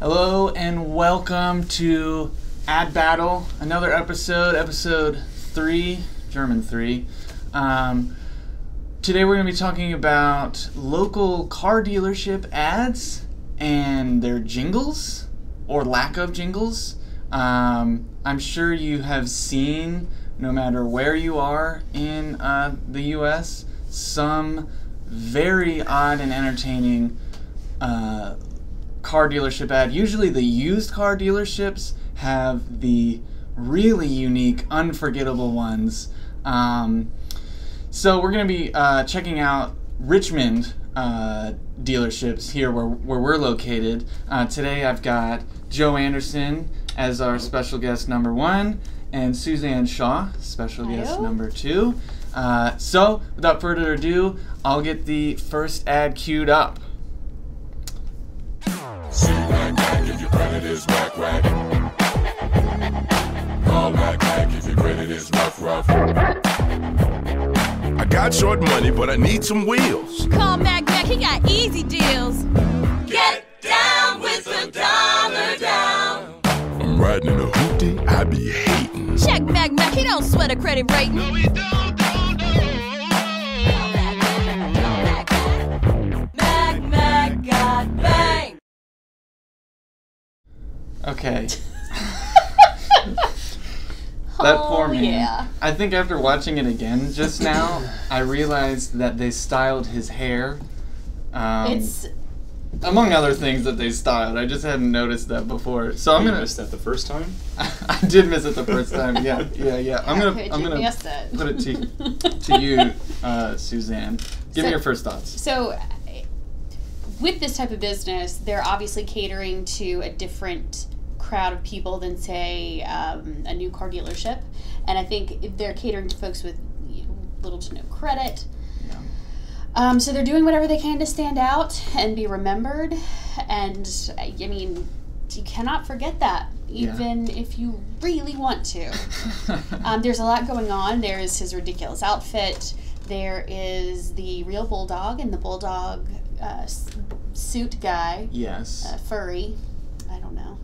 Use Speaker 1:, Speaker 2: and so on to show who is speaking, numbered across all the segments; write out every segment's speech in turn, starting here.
Speaker 1: Hello and welcome to Ad Battle, another episode, episode three, German three. Um, today we're going to be talking about local car dealership ads and their jingles or lack of jingles. Um, I'm sure you have seen, no matter where you are in uh, the US, some very odd and entertaining. Uh, car dealership ad. Usually, the used car dealerships have the really unique, unforgettable ones. Um, so, we're going to be uh, checking out Richmond uh, dealerships here where, where we're located. Uh, today, I've got Joe Anderson as our special guest number one and Suzanne Shaw, special guest
Speaker 2: Hello.
Speaker 1: number two. Uh, so, without further ado, I'll get the first ad queued up.
Speaker 3: See whack whack if your credit is whack whack. Call whack whack if your credit is rough rough. I got short money, but I need some wheels.
Speaker 2: Call Mac Mac, he got easy deals.
Speaker 3: Get down with a dollar down. I'm riding in a hoopty, I be hating.
Speaker 2: Check Mac Mac, he don't sweat a credit rating. No, he don't, don't, don't. Mac Mac got bang.
Speaker 1: Okay. that poor
Speaker 2: Oh,
Speaker 1: man.
Speaker 2: yeah.
Speaker 1: I think after watching it again just now, I realized that they styled his hair. Um,
Speaker 2: It's
Speaker 1: among other things that they styled. I just hadn't noticed that before. So I'm
Speaker 4: Oh, You
Speaker 1: gonna.
Speaker 4: missed that the first time.
Speaker 1: I did miss it the first time. Yeah, yeah, yeah. I'm gonna. I'm gonna put it to to you, uh, Suzanne. Give
Speaker 5: So-
Speaker 1: me your first thoughts.
Speaker 5: So, I- with this type of business, they're obviously catering to a different crowd of people than, say, um, a new car dealership. And I think they're catering to folks with little to no credit.
Speaker 1: Yeah.
Speaker 5: Um, so they're doing whatever they can to stand out and be remembered. And I I mean, you cannot forget that,
Speaker 1: Yeah.
Speaker 5: even if you really want to. Um, there's a lot going on. There is his ridiculous outfit. There is the real bulldog and the bulldog uh, s- suit guy,
Speaker 1: yes.
Speaker 5: uh, furry. I don't know.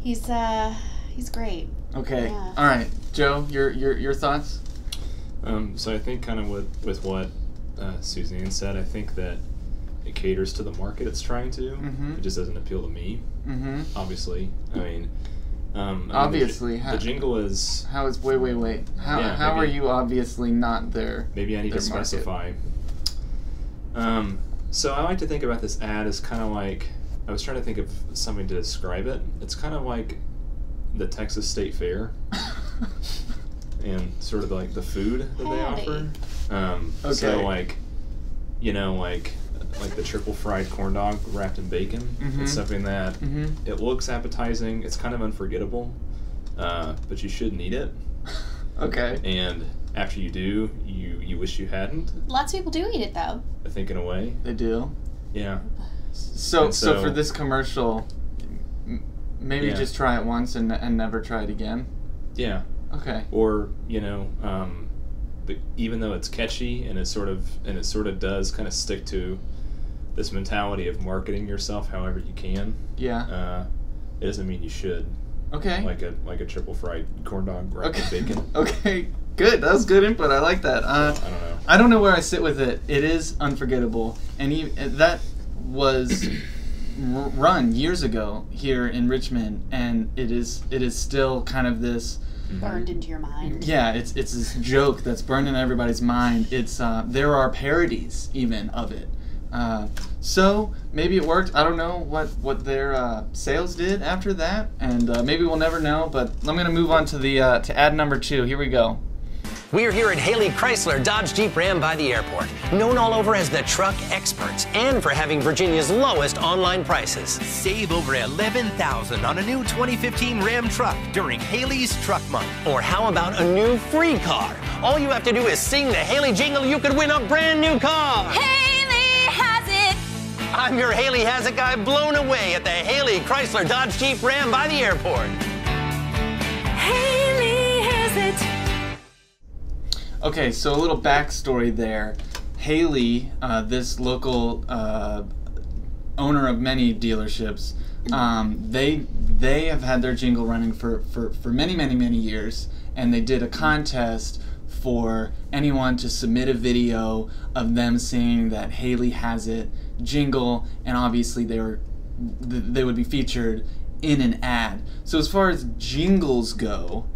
Speaker 5: He's uh, he's great.
Speaker 1: Okay.
Speaker 5: yeah.
Speaker 1: All right, Joe. Your your your thoughts.
Speaker 4: Um, so I think kind of with with what uh, Suzanne said, I think that it caters to the market it's trying to.
Speaker 1: Mhm.
Speaker 4: It just doesn't appeal to me,
Speaker 1: Mm-hmm.
Speaker 4: obviously. I mean, um, I mean, the ji-
Speaker 1: Obviously,
Speaker 4: the,
Speaker 1: ha-
Speaker 4: jingle is
Speaker 1: How is wait wait wait? How
Speaker 4: Yeah,
Speaker 1: how
Speaker 4: maybe-
Speaker 1: are you obviously not there?
Speaker 4: maybe I need
Speaker 1: Their
Speaker 4: to
Speaker 1: market.
Speaker 4: specify. Um, so I like to think about this ad as kind of like I was trying to think of something to describe it. It's kind of like the Texas State Fair and sort of like the food that they offer. Um, So
Speaker 1: Okay.
Speaker 4: like, you know, like like the triple fried corn dog wrapped in bacon.
Speaker 1: Mhm.
Speaker 4: It's something that
Speaker 1: hmm
Speaker 4: it looks appetizing. It's kind of unforgettable, uh, but you shouldn't eat it.
Speaker 1: Okay.
Speaker 4: And after you do, you you wish you hadn't.
Speaker 5: Lots of people do eat it though.
Speaker 4: I think in a way,
Speaker 1: They do.
Speaker 4: yeah.
Speaker 1: So
Speaker 4: And
Speaker 1: so,
Speaker 4: so-
Speaker 1: for this commercial, m- maybe
Speaker 4: Yeah.
Speaker 1: just try it once and and never try it again.
Speaker 4: Yeah.
Speaker 1: Okay.
Speaker 4: Or you know, um, but even though it's catchy and it sort of and it sort of does kind of stick to this mentality of marketing yourself however you can.
Speaker 1: Yeah.
Speaker 4: Uh, it doesn't mean you should
Speaker 1: Okay.
Speaker 4: like a like a triple fried corn dog wrapped
Speaker 1: okay.
Speaker 4: in bacon.
Speaker 1: okay. Good. That was good input. I like that. Uh,
Speaker 4: I don't know.
Speaker 1: I don't know where I sit with it. It is unforgettable, and e that was r- run years ago here in Richmond, and it is it is still kind of this.
Speaker 5: Burned into your mind.
Speaker 1: Yeah, it's it's this joke that's burned in everybody's mind. It's uh, there are parodies even of it. Uh, so maybe it worked. I don't know what what their uh, sales did after that, and uh, maybe we'll never know. But I'm gonna move on to the uh, to ad number two. Here we go.
Speaker 6: We are here at Haley Chrysler Dodge Jeep Ram by the airport, known all over as the truck experts and for having Virginia's lowest online prices.
Speaker 7: Save over 11,000 on a new 2015 Ram truck during Haley's Truck Month.
Speaker 6: Or how about a new free car? All you have to do is sing the Haley jingle, you could win a brand new car.
Speaker 2: Haley has it.
Speaker 6: I'm your Haley has a guy blown away at the Haley Chrysler Dodge Jeep Ram by the airport.
Speaker 2: Haley has it.
Speaker 1: Okay, so a little backstory there. Haley, uh, this local uh, owner of many dealerships. Um, they they have had their jingle running for, for, for many many many years, and they did a contest for anyone to submit a video of them singing that Haley has it jingle, and obviously they were th- they would be featured in an ad. So as far as jingles go,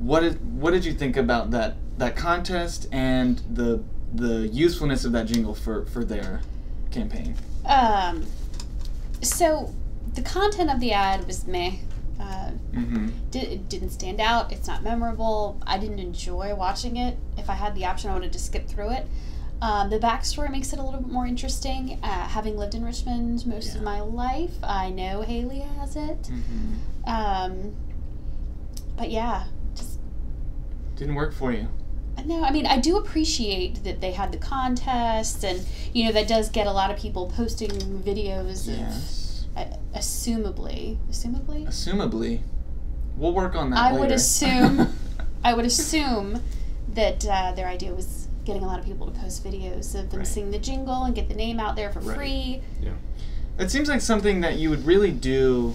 Speaker 1: what did what did you think about that that contest and the the usefulness of that jingle for for their campaign?
Speaker 5: Um, so the content of the ad was meh. Uh,
Speaker 1: Mm-hmm.
Speaker 5: di- it didn't stand out. It's not memorable. I didn't enjoy watching it. If I had the option, I would have just skipped through it. Um, the backstory makes it a little bit more interesting. Uh, having lived in Richmond most of
Speaker 1: Yeah.
Speaker 5: my life, I know Haley has it.
Speaker 1: Mm-hmm.
Speaker 5: Um, but yeah, just
Speaker 1: Didn't work for you.
Speaker 5: no. I mean, I do appreciate that they had the contest, and you know that does get a lot of people posting videos. Of, uh, assumably, assumably,
Speaker 1: Assumably, we'll work on that.
Speaker 5: I would
Speaker 1: later.
Speaker 5: assume- I would assume that uh, their idea was getting a lot of people to post videos of them
Speaker 1: Right.
Speaker 5: singing the jingle and get the name out there for
Speaker 1: Right.
Speaker 5: free.
Speaker 1: It seems like something that you would really do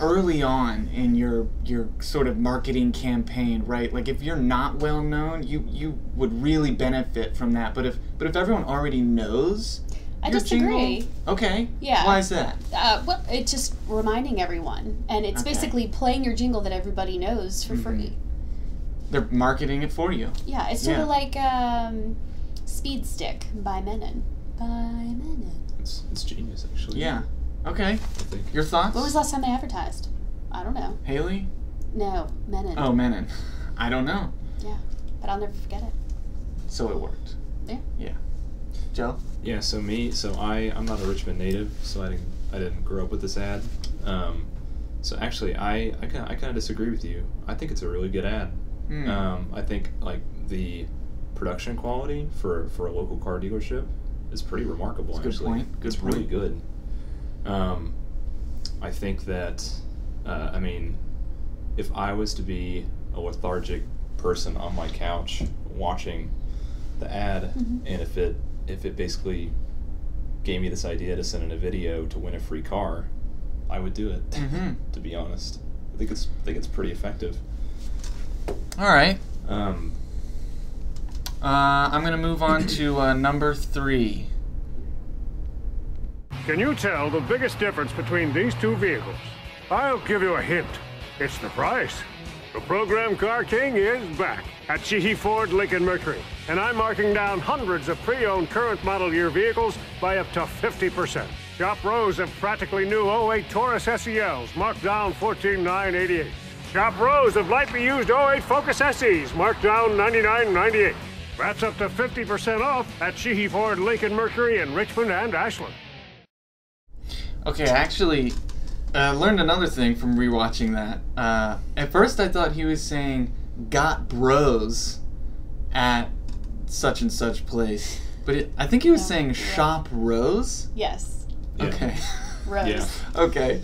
Speaker 1: early on in your your sort of marketing campaign, right? Like if you're not well known, you you would really benefit from that. But if but if everyone already knows,
Speaker 5: I
Speaker 1: your
Speaker 5: disagree.
Speaker 1: jingle- okay.
Speaker 5: Yeah.
Speaker 1: Why is that?
Speaker 5: Uh, well, it's just reminding everyone, and it's
Speaker 1: Okay.
Speaker 5: basically playing your jingle that everybody knows for free.
Speaker 1: They're marketing it for you.
Speaker 5: Yeah, it's sort
Speaker 1: Mm-hmm. Yeah.
Speaker 5: of like um, Speed Stick by Menon. By Menon.
Speaker 4: It's, it's genius, actually.
Speaker 1: Yeah. Okay.
Speaker 4: I think.
Speaker 1: Your thoughts?
Speaker 5: What was the last time they advertised? I don't know.
Speaker 1: Haley?
Speaker 5: No, Menon.
Speaker 1: Oh, Menon. I don't know.
Speaker 5: But I'll never forget it.
Speaker 1: So it worked.
Speaker 5: Yeah.
Speaker 1: Yeah. Joe?
Speaker 4: Yeah, so me, so I, I'm not a Richmond native, so I didn't, I didn't grow up with this ad. Um, so actually, I, I kind, of, I kind of disagree with you. I think it's a really good ad.
Speaker 1: Hmm.
Speaker 4: Um, I think like the production quality for for a local car dealership is pretty remarkable.
Speaker 1: That's a good
Speaker 4: actually,
Speaker 1: point. Good
Speaker 4: it's really good. Um, I think that, uh, I mean, if I was to be a lethargic person on my couch watching the ad,
Speaker 1: Mm-hmm.
Speaker 4: and if it if it basically gave me this idea to send in a video to win a free car, I would do it.
Speaker 1: Mhm.
Speaker 4: to be honest, I think it's I think it's pretty effective.
Speaker 1: All right.
Speaker 4: Um,
Speaker 1: Uh, I'm going to move on to uh, number three.
Speaker 8: Can you tell the biggest difference between these two vehicles? I'll give you a hint. It's the price. The program Car King is back at Sheehy Ford Lincoln Mercury, and I'm marking down hundreds of pre-owned current model year vehicles by up to 50%. Shop rows of practically new 08 Taurus SELs marked down 14988. Shop rows of lightly used 08 Focus SEs marked down 9998. That's up to 50% off at Sheehy Ford Lincoln Mercury in Richmond and Ashland.
Speaker 1: Okay, I actually uh, learned another thing from rewatching that. Uh, at first, I thought he was saying "got bros" at such and such place, but it, I think he was saying "shop rose."
Speaker 5: Yes,
Speaker 4: yeah.
Speaker 1: Okay,
Speaker 5: Rose.
Speaker 4: Yeah.
Speaker 1: okay.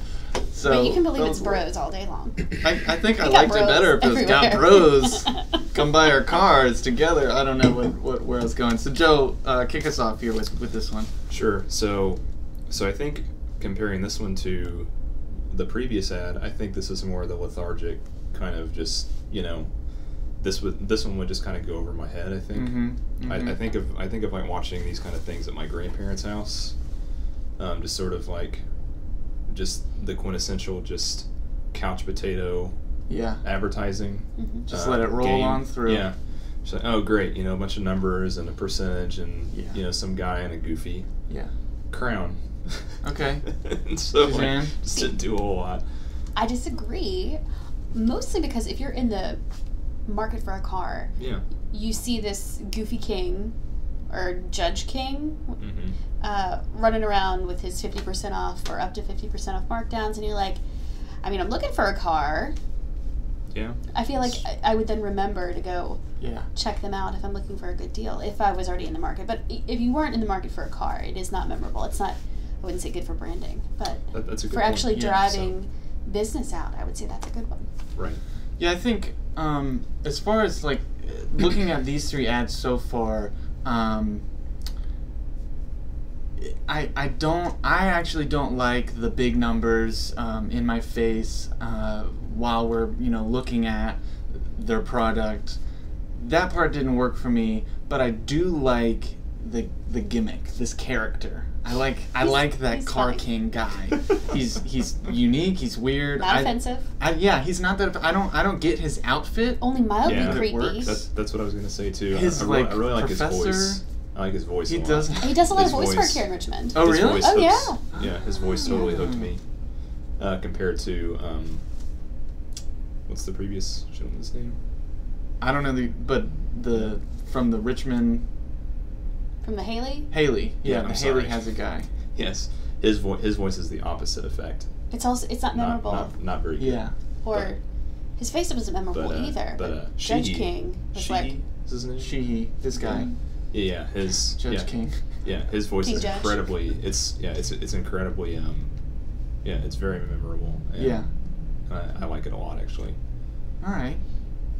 Speaker 1: So
Speaker 5: But you can believe
Speaker 1: that
Speaker 5: it's
Speaker 1: was-
Speaker 5: bros all day long.
Speaker 1: I, I think I
Speaker 5: got
Speaker 1: liked it
Speaker 5: bros
Speaker 1: better if it was "got
Speaker 5: everywhere."
Speaker 1: bros." Come buy our cars together. I don't know what, what where I was going. So Joe, uh, kick us off here with with this one.
Speaker 4: Sure. So, so I think comparing this one to the previous ad, I think this is more the lethargic kind of just you know, this would this one would just kind of go over my head. I think.
Speaker 1: Mm-hmm.
Speaker 4: I, I think of I think of like watching these kind of things at my grandparents' house, um, just sort of like, just the quintessential just couch potato
Speaker 1: Yeah,
Speaker 4: advertising.
Speaker 1: just
Speaker 4: uh,
Speaker 1: let it roll
Speaker 4: game.
Speaker 1: on through.
Speaker 4: Yeah. It's like, oh great, you know, a bunch of numbers and a percentage and
Speaker 1: Yeah.
Speaker 4: you know some guy in a goofy
Speaker 1: yeah.
Speaker 4: crown.
Speaker 1: Okay.
Speaker 4: and so
Speaker 1: Suzanne?
Speaker 4: like, just didn't do a whole lot.
Speaker 5: I disagree, mostly because if you're in the market for a car,
Speaker 4: Yeah.
Speaker 5: you see this goofy king or judge king
Speaker 4: Mm-hmm.
Speaker 5: uh, running around with his 50% off or up to 50% off markdowns, and you're like, I mean, I'm looking for a car.
Speaker 4: Yeah.
Speaker 5: I feel like I, I would then remember to go
Speaker 1: Yeah.
Speaker 5: check them out if I'm looking for a good deal, if I was already in the market. But i- if you weren't in the market for a car, it is not memorable. It's not, I wouldn't say good for branding, but
Speaker 4: That, that's a good
Speaker 5: for
Speaker 4: point.
Speaker 5: actually
Speaker 1: Yeah,
Speaker 4: so-
Speaker 5: driving business out, I would say that's a good one.
Speaker 4: Right.
Speaker 1: Yeah, I think um, as far as like uh, looking at these three ads so far, um, I, I don't I actually don't like the big numbers um, in my face uh, while we're you know looking at their product. That part didn't work for me, but I do like the the gimmick, this character. I like I like that
Speaker 5: he's
Speaker 1: Car
Speaker 5: funny.
Speaker 1: King guy. he's he's unique. He's weird.
Speaker 5: Not
Speaker 1: I-
Speaker 5: offensive.
Speaker 1: I, yeah, he's not that. I don't I don't get his outfit.
Speaker 4: Oh
Speaker 5: Only mildly
Speaker 4: Yeah. It
Speaker 5: creepy.
Speaker 1: works.
Speaker 4: That's that's what I was gonna say too. I-
Speaker 1: His,
Speaker 4: I, really,
Speaker 1: like,
Speaker 4: I really like
Speaker 1: professor-
Speaker 4: his voice. I like his voice.
Speaker 1: He
Speaker 4: a lot.
Speaker 1: doesn't.
Speaker 5: He does a lot of
Speaker 4: His
Speaker 5: voice, work
Speaker 4: voice.
Speaker 5: here in Richmond.
Speaker 1: Oh
Speaker 4: His
Speaker 1: really?
Speaker 4: voice
Speaker 5: Oh,
Speaker 4: hooks- Yeah, his voice totally hooked me. Uh, compared to um, what's the previous gentleman's name?
Speaker 1: I don't know the but the from the Richmond
Speaker 5: From the Haley,
Speaker 1: Haley. Yeah,
Speaker 4: Yeah,
Speaker 1: the
Speaker 4: I'm
Speaker 1: Haley
Speaker 4: sorry.
Speaker 1: has a guy.
Speaker 4: Yes, his voice. His voice is the opposite effect.
Speaker 5: it's also it's not
Speaker 4: Not
Speaker 5: memorable,
Speaker 4: not, not very good.
Speaker 1: Yeah.
Speaker 5: or his face wasn't memorable
Speaker 4: But, uh,
Speaker 5: either.
Speaker 4: but, uh,
Speaker 5: Judge
Speaker 4: she-
Speaker 5: King was
Speaker 4: She
Speaker 5: like
Speaker 4: is his name.
Speaker 1: She he this guy.
Speaker 4: Yeah, yeah, his
Speaker 1: Judge
Speaker 4: Mm. yeah,
Speaker 1: King.
Speaker 4: Yeah, his voice
Speaker 5: King
Speaker 4: is
Speaker 5: Judge.
Speaker 4: incredibly. It's yeah, it's it's incredibly. Um, yeah, it's very memorable. and
Speaker 1: Yeah.
Speaker 4: I, I like it a lot actually.
Speaker 1: Alright.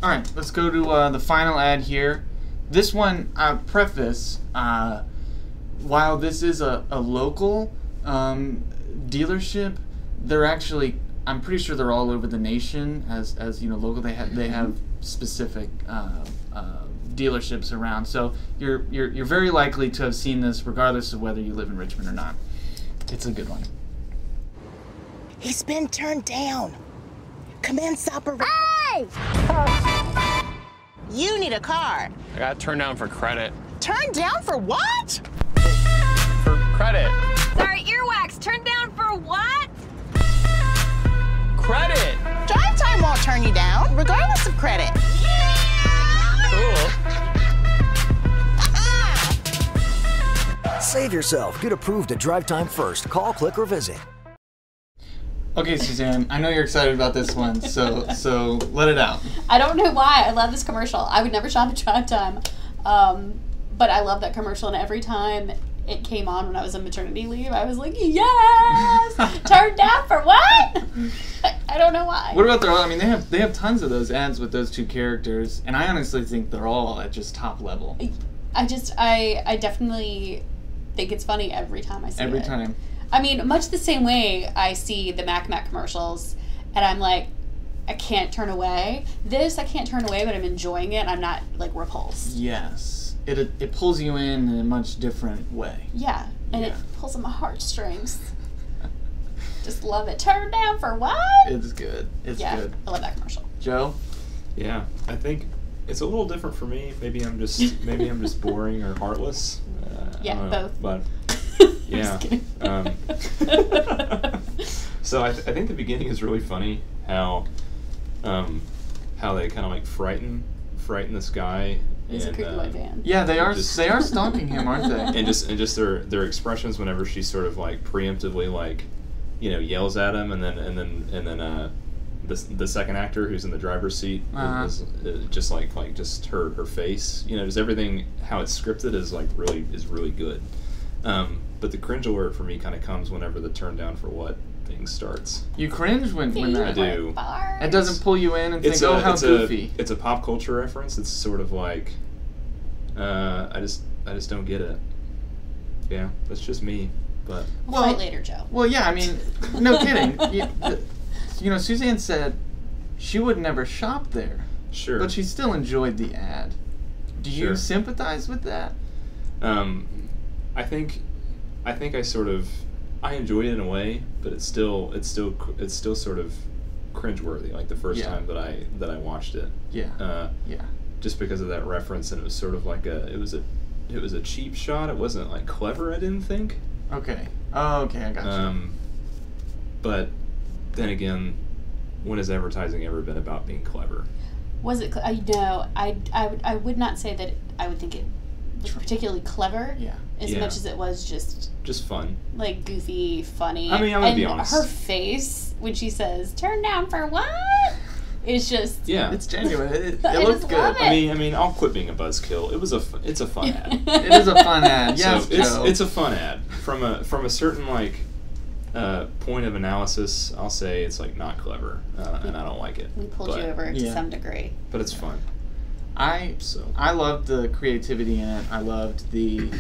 Speaker 1: Alright, let's go to uh, the final ad here. This one, uh, preface, uh, while this is a, a local um, dealership, they're actually, I'm pretty sure they're all over the nation as, as you know, local. They, ha- they have specific uh, uh, dealerships around. So you're, you're, you're very likely to have seen this regardless of whether you live in Richmond or not. It's a good one.
Speaker 9: He's been turned down. Commence operation. Oh. You need a car.
Speaker 10: I got turned down for credit.
Speaker 9: Turned down for what?
Speaker 10: For credit.
Speaker 2: Sorry, earwax, turned down for what?
Speaker 10: Credit.
Speaker 9: Drive time won't turn you down, regardless of credit.
Speaker 10: Cool.
Speaker 9: Ah!
Speaker 11: Save yourself. Get approved at Drive Time First. Call, click, or visit.
Speaker 1: Okay, Suzanne, I know you're excited about this one, so so let it out.
Speaker 5: I don't know why I love this commercial. I would never shop at Drive Time, um, but I love that commercial. And every time it came on when I was on maternity leave, I was like, "Yes, turned down for what?" I, I don't know why.
Speaker 1: What about their? I mean, they have they have tons of those ads with those two characters, and I honestly think they're all at just top level
Speaker 5: I just I I definitely think it's funny every time I see
Speaker 1: every
Speaker 5: it.
Speaker 1: time.
Speaker 5: I mean, much the same way I see the Mac Mac commercials, and I'm like, I can't turn away. This I can't turn away, but I'm enjoying it. I'm not like repulsed.
Speaker 1: Yes, it it pulls you in in a much different way.
Speaker 5: Yeah, and
Speaker 1: Yeah.
Speaker 5: it pulls on my heartstrings. Just love it. Turn down for what?
Speaker 1: It's good. It's
Speaker 5: yeah,
Speaker 1: good.
Speaker 5: I love that commercial.
Speaker 1: Joe,
Speaker 4: Yeah, I think it's a little different for me. Maybe I'm just maybe I'm just boring or heartless. Uh, I
Speaker 5: Yeah,
Speaker 4: don't know,
Speaker 5: both.
Speaker 4: But
Speaker 5: I'm
Speaker 4: yeah.
Speaker 5: just kidding.
Speaker 4: Um, so I, th- I think the beginning is really funny how um, how they kind of like frighten frighten this guy.
Speaker 5: He's a
Speaker 4: and,
Speaker 5: creepy
Speaker 4: uh,
Speaker 5: white van.
Speaker 1: um, yeah, they are
Speaker 4: Just-
Speaker 1: they are stalking him, aren't they?
Speaker 4: and just and just their their expressions whenever she sort of like preemptively like you know yells at him and then and then and then uh the, the second actor who's in the driver's seat
Speaker 1: Uh-huh.
Speaker 4: is, is just like like just her her face you know just everything how it's scripted is like really is really good um, but the cringe alert for me kind of comes whenever the turn down for what thing starts
Speaker 1: You cringe when when
Speaker 5: You
Speaker 4: I
Speaker 1: that.
Speaker 4: do
Speaker 5: Bars.
Speaker 1: It doesn't pull you in and think, oh, how
Speaker 4: it's
Speaker 1: goofy.
Speaker 4: A, it's a pop culture reference. It's sort of like, uh, I just, I just don't get it. Yeah, that's just me. But
Speaker 5: We'll fight later, Joe.
Speaker 1: Well, yeah, I mean, no kidding. you, the- you know, Suzanne said she would never shop there,
Speaker 4: sure.
Speaker 1: but she still enjoyed the ad. Do you
Speaker 4: Sure.
Speaker 1: sympathize with that?
Speaker 4: um, I think, I think I sort of, I enjoyed it in a way, but it's still, it's still, cr- it's still sort of cringeworthy. Like the first
Speaker 1: Yeah.
Speaker 4: time that I that I watched it,
Speaker 1: Yeah.
Speaker 4: uh,
Speaker 1: yeah.
Speaker 4: just because of that reference, and it was sort of like a, it was a, it was a cheap shot. It wasn't like clever. I didn't think.
Speaker 1: Okay. Oh, okay, I got you.
Speaker 4: Um, but then again, when has advertising ever been about being clever?
Speaker 5: Was it? Cl- I know. I, I, would- I would not say that it, I would think it was particularly clever.
Speaker 1: Yeah.
Speaker 5: As
Speaker 4: Yeah.
Speaker 5: much as it was just
Speaker 4: Just fun.
Speaker 5: like goofy, funny.
Speaker 4: I mean, I'm gonna
Speaker 5: and
Speaker 4: be honest.
Speaker 5: Her face when she says "turn down for what" is just
Speaker 4: Yeah.
Speaker 1: It's genuine. It, it
Speaker 5: I
Speaker 1: looks
Speaker 5: just
Speaker 1: good.
Speaker 5: love
Speaker 4: I mean, I mean, I'll quit being a buzzkill. It was a, fu- it's a fun ad.
Speaker 1: It is a fun ad. Yes,
Speaker 4: So it's,
Speaker 1: Joe.
Speaker 4: it's a fun ad from a from a certain like uh, point of analysis. I'll say it's like not clever, uh, and I don't like it.
Speaker 5: we pulled
Speaker 4: but,
Speaker 5: you over to
Speaker 1: Yeah.
Speaker 5: some degree.
Speaker 4: but it's fun.
Speaker 1: I
Speaker 4: So
Speaker 1: I loved the creativity in it. I loved the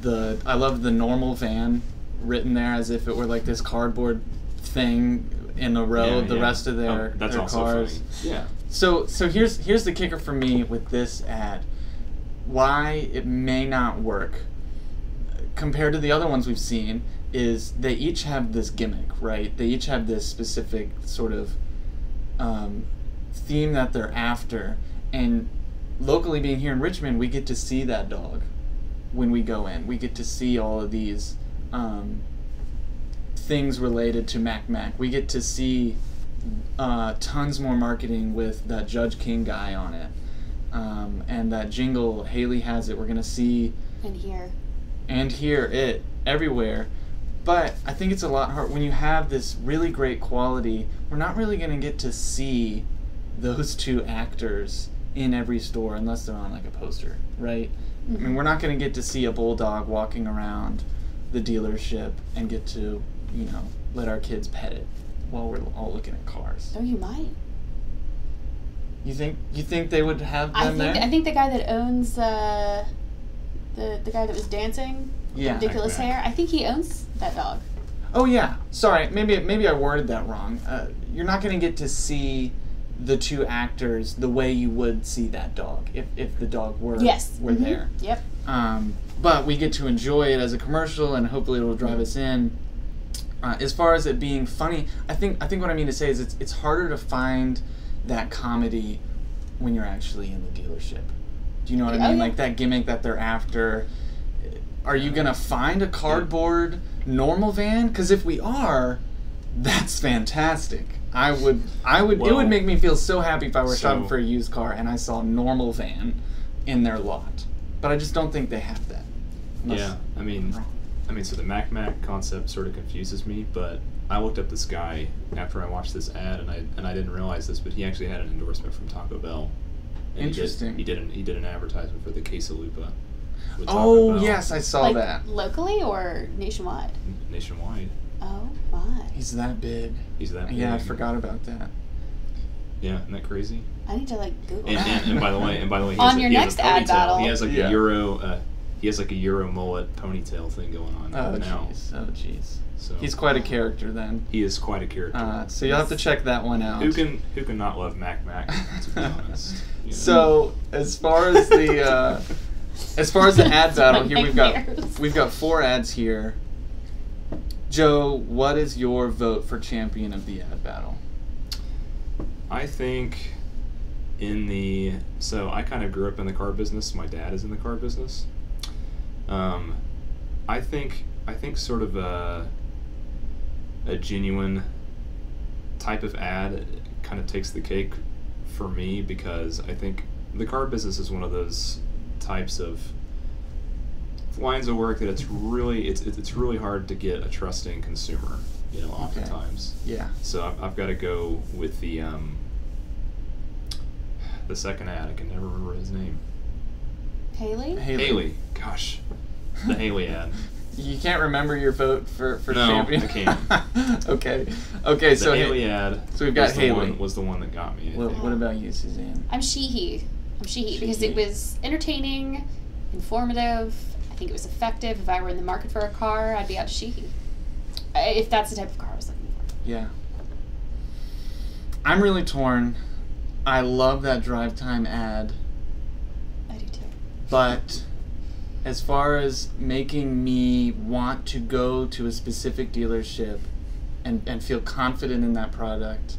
Speaker 1: the I love the normal van written there as if it were like this cardboard thing in a row
Speaker 4: Yeah,
Speaker 1: of the
Speaker 4: yeah.
Speaker 1: rest of their,
Speaker 4: Oh, that's
Speaker 1: their
Speaker 4: also
Speaker 1: cars.
Speaker 4: funny. Yeah.
Speaker 1: So so here's here's the kicker for me with this ad. Why it may not work uh, compared to the other ones we've seen is they each have this gimmick, right? They each have this specific sort of um, theme that they're after. And locally, being here in Richmond, we get to see that dog when we go in. We get to see all of these um, things related to Mac Mac. We get to see uh, tons more marketing with that Judge King guy on it. Um, and that jingle, Haley has it. We're going to see
Speaker 5: And here.
Speaker 1: and hear it everywhere. But I think it's a lot hard when you have this really great quality. We're not really going to get to see those two actors in every store unless they're on like a poster, right? I mean,
Speaker 12: Mhm.
Speaker 1: we're not going to get to see a bulldog walking around the dealership and get to, you know, let our kids pet it while we're all looking at cars.
Speaker 5: Oh, you might.
Speaker 1: You think you think they would have them
Speaker 5: I think
Speaker 1: there?
Speaker 5: I think the guy that owns uh, the the guy that was dancing, with the
Speaker 1: Yeah.
Speaker 5: ridiculous hair. I think he owns that dog.
Speaker 1: Oh yeah, sorry. Maybe maybe I worded that wrong. Uh, you're not going to get to see the two actors the way you would see that dog if, if the dog were
Speaker 5: yes,
Speaker 1: were
Speaker 5: Mhm.
Speaker 1: there.
Speaker 5: Yep.
Speaker 1: Um, but we get to enjoy it as a commercial, and hopefully it'll drive us in. Uh, as far as it being funny, I think I think what I mean to say is it's it's harder to find that comedy when you're actually in the dealership. Do you know what I
Speaker 12: Oh,
Speaker 1: mean?
Speaker 12: yeah.
Speaker 1: Like that gimmick that they're after. Are you gonna find a cardboard normal van? Because if we are, that's fantastic. I would I would it
Speaker 12: Well,
Speaker 1: would make me feel so happy if I were shopping
Speaker 12: so-
Speaker 1: for a used car and I saw normal van in their lot. But I just don't think they have that. Unless-
Speaker 4: Yeah, I mean, I mean, so the Mac Mac concept sort of confuses me, but I looked up this guy after I watched this ad, and I and I didn't realize this, but he actually had an endorsement from Taco Bell. And
Speaker 1: Interesting.
Speaker 4: He did, he did an he did an advertisement for the quesalupa. with Taco
Speaker 1: Oh
Speaker 4: Bell
Speaker 1: yes, I saw
Speaker 5: like,
Speaker 1: that.
Speaker 5: locally or nationwide.
Speaker 4: nationwide.
Speaker 5: Oh my!
Speaker 1: He's that big.
Speaker 4: He's that.
Speaker 1: Yeah, I
Speaker 4: big.
Speaker 1: forgot about that.
Speaker 4: Yeah, isn't that crazy?
Speaker 5: I need to like Google.
Speaker 4: And,
Speaker 5: that.
Speaker 4: and, and by the way, and by the way, he
Speaker 5: On
Speaker 4: has a-
Speaker 5: your
Speaker 4: he has
Speaker 5: next
Speaker 4: a
Speaker 5: ad
Speaker 4: ponytail.
Speaker 5: battle.
Speaker 4: he has like
Speaker 1: Yeah.
Speaker 4: a euro. Uh, he has like a euro mullet ponytail thing going on
Speaker 1: Oh,
Speaker 4: now.
Speaker 1: jeez. Oh jeez.
Speaker 4: So
Speaker 1: He's quite a character then.
Speaker 4: He is quite a character.
Speaker 1: Uh, so you'll have to check that one out.
Speaker 4: Who can who can not love Mac Mac? To be honest. you know?
Speaker 1: So as far as the uh, as far as the ad battle here, we've got
Speaker 12: Nightmares.
Speaker 1: we've got four ads here. Joe, what is your vote for champion of the ad battle?
Speaker 4: I think in the so I kind of grew up in the car business. My dad is in the car business. Um, I think I think sort of a a genuine type of ad kind of takes the cake for me because I think the car business is one of those types of lines of work that it's really it's it's it's really hard to get a trusting consumer, you know, oftentimes.
Speaker 1: Yeah.
Speaker 4: So I've, I've got to go with the um, the second ad. I can never remember his name.
Speaker 5: Haley.
Speaker 4: Haley. Gosh, the Haley ad.
Speaker 1: You can't remember your vote for for
Speaker 4: No,
Speaker 1: champion.
Speaker 4: I can't.
Speaker 1: okay. Okay.
Speaker 4: The
Speaker 1: so Ha-
Speaker 4: Haley ad.
Speaker 1: So we've got
Speaker 4: was the
Speaker 1: Haley.
Speaker 4: one- was the one that got me. I
Speaker 1: What,
Speaker 4: think.
Speaker 1: what about you, Suzanne?
Speaker 5: I'm Sheehy. I'm Sheehy because it was entertaining, informative. I think it was effective. If I were in the market for a car, I'd be out to Sheehy. Uh, If that's the type of car I was looking for.
Speaker 1: Yeah. I'm really torn. I love that drive time ad.
Speaker 5: I do too.
Speaker 1: But as far as making me want to go to a specific dealership and, and feel confident in that product,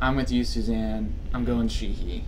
Speaker 1: I'm with you, Suzanne. I'm going Sheehy.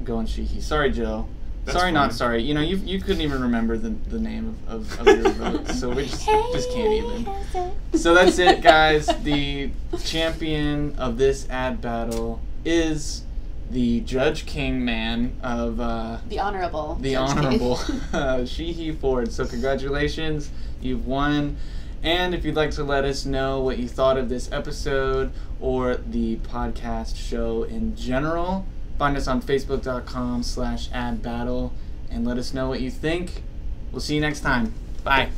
Speaker 1: I'm going Sheehy. Sorry, Joe.
Speaker 12: That's
Speaker 1: sorry, not
Speaker 12: fine.
Speaker 1: sorry. You know, you, you couldn't even remember the, the name of, of, of your vote, so we just, just can't even. So that's it, guys. The champion of this ad battle is the Judge King man of uh,
Speaker 5: The honorable.
Speaker 1: the
Speaker 5: Judge King.
Speaker 1: Honorable uh, Sheehy Ford. So, congratulations, you've won. And if you'd like to let us know what you thought of this episode or the podcast show in general, find us on facebook.com slash ad battle and let us know what you think. We'll see you next time. Bye.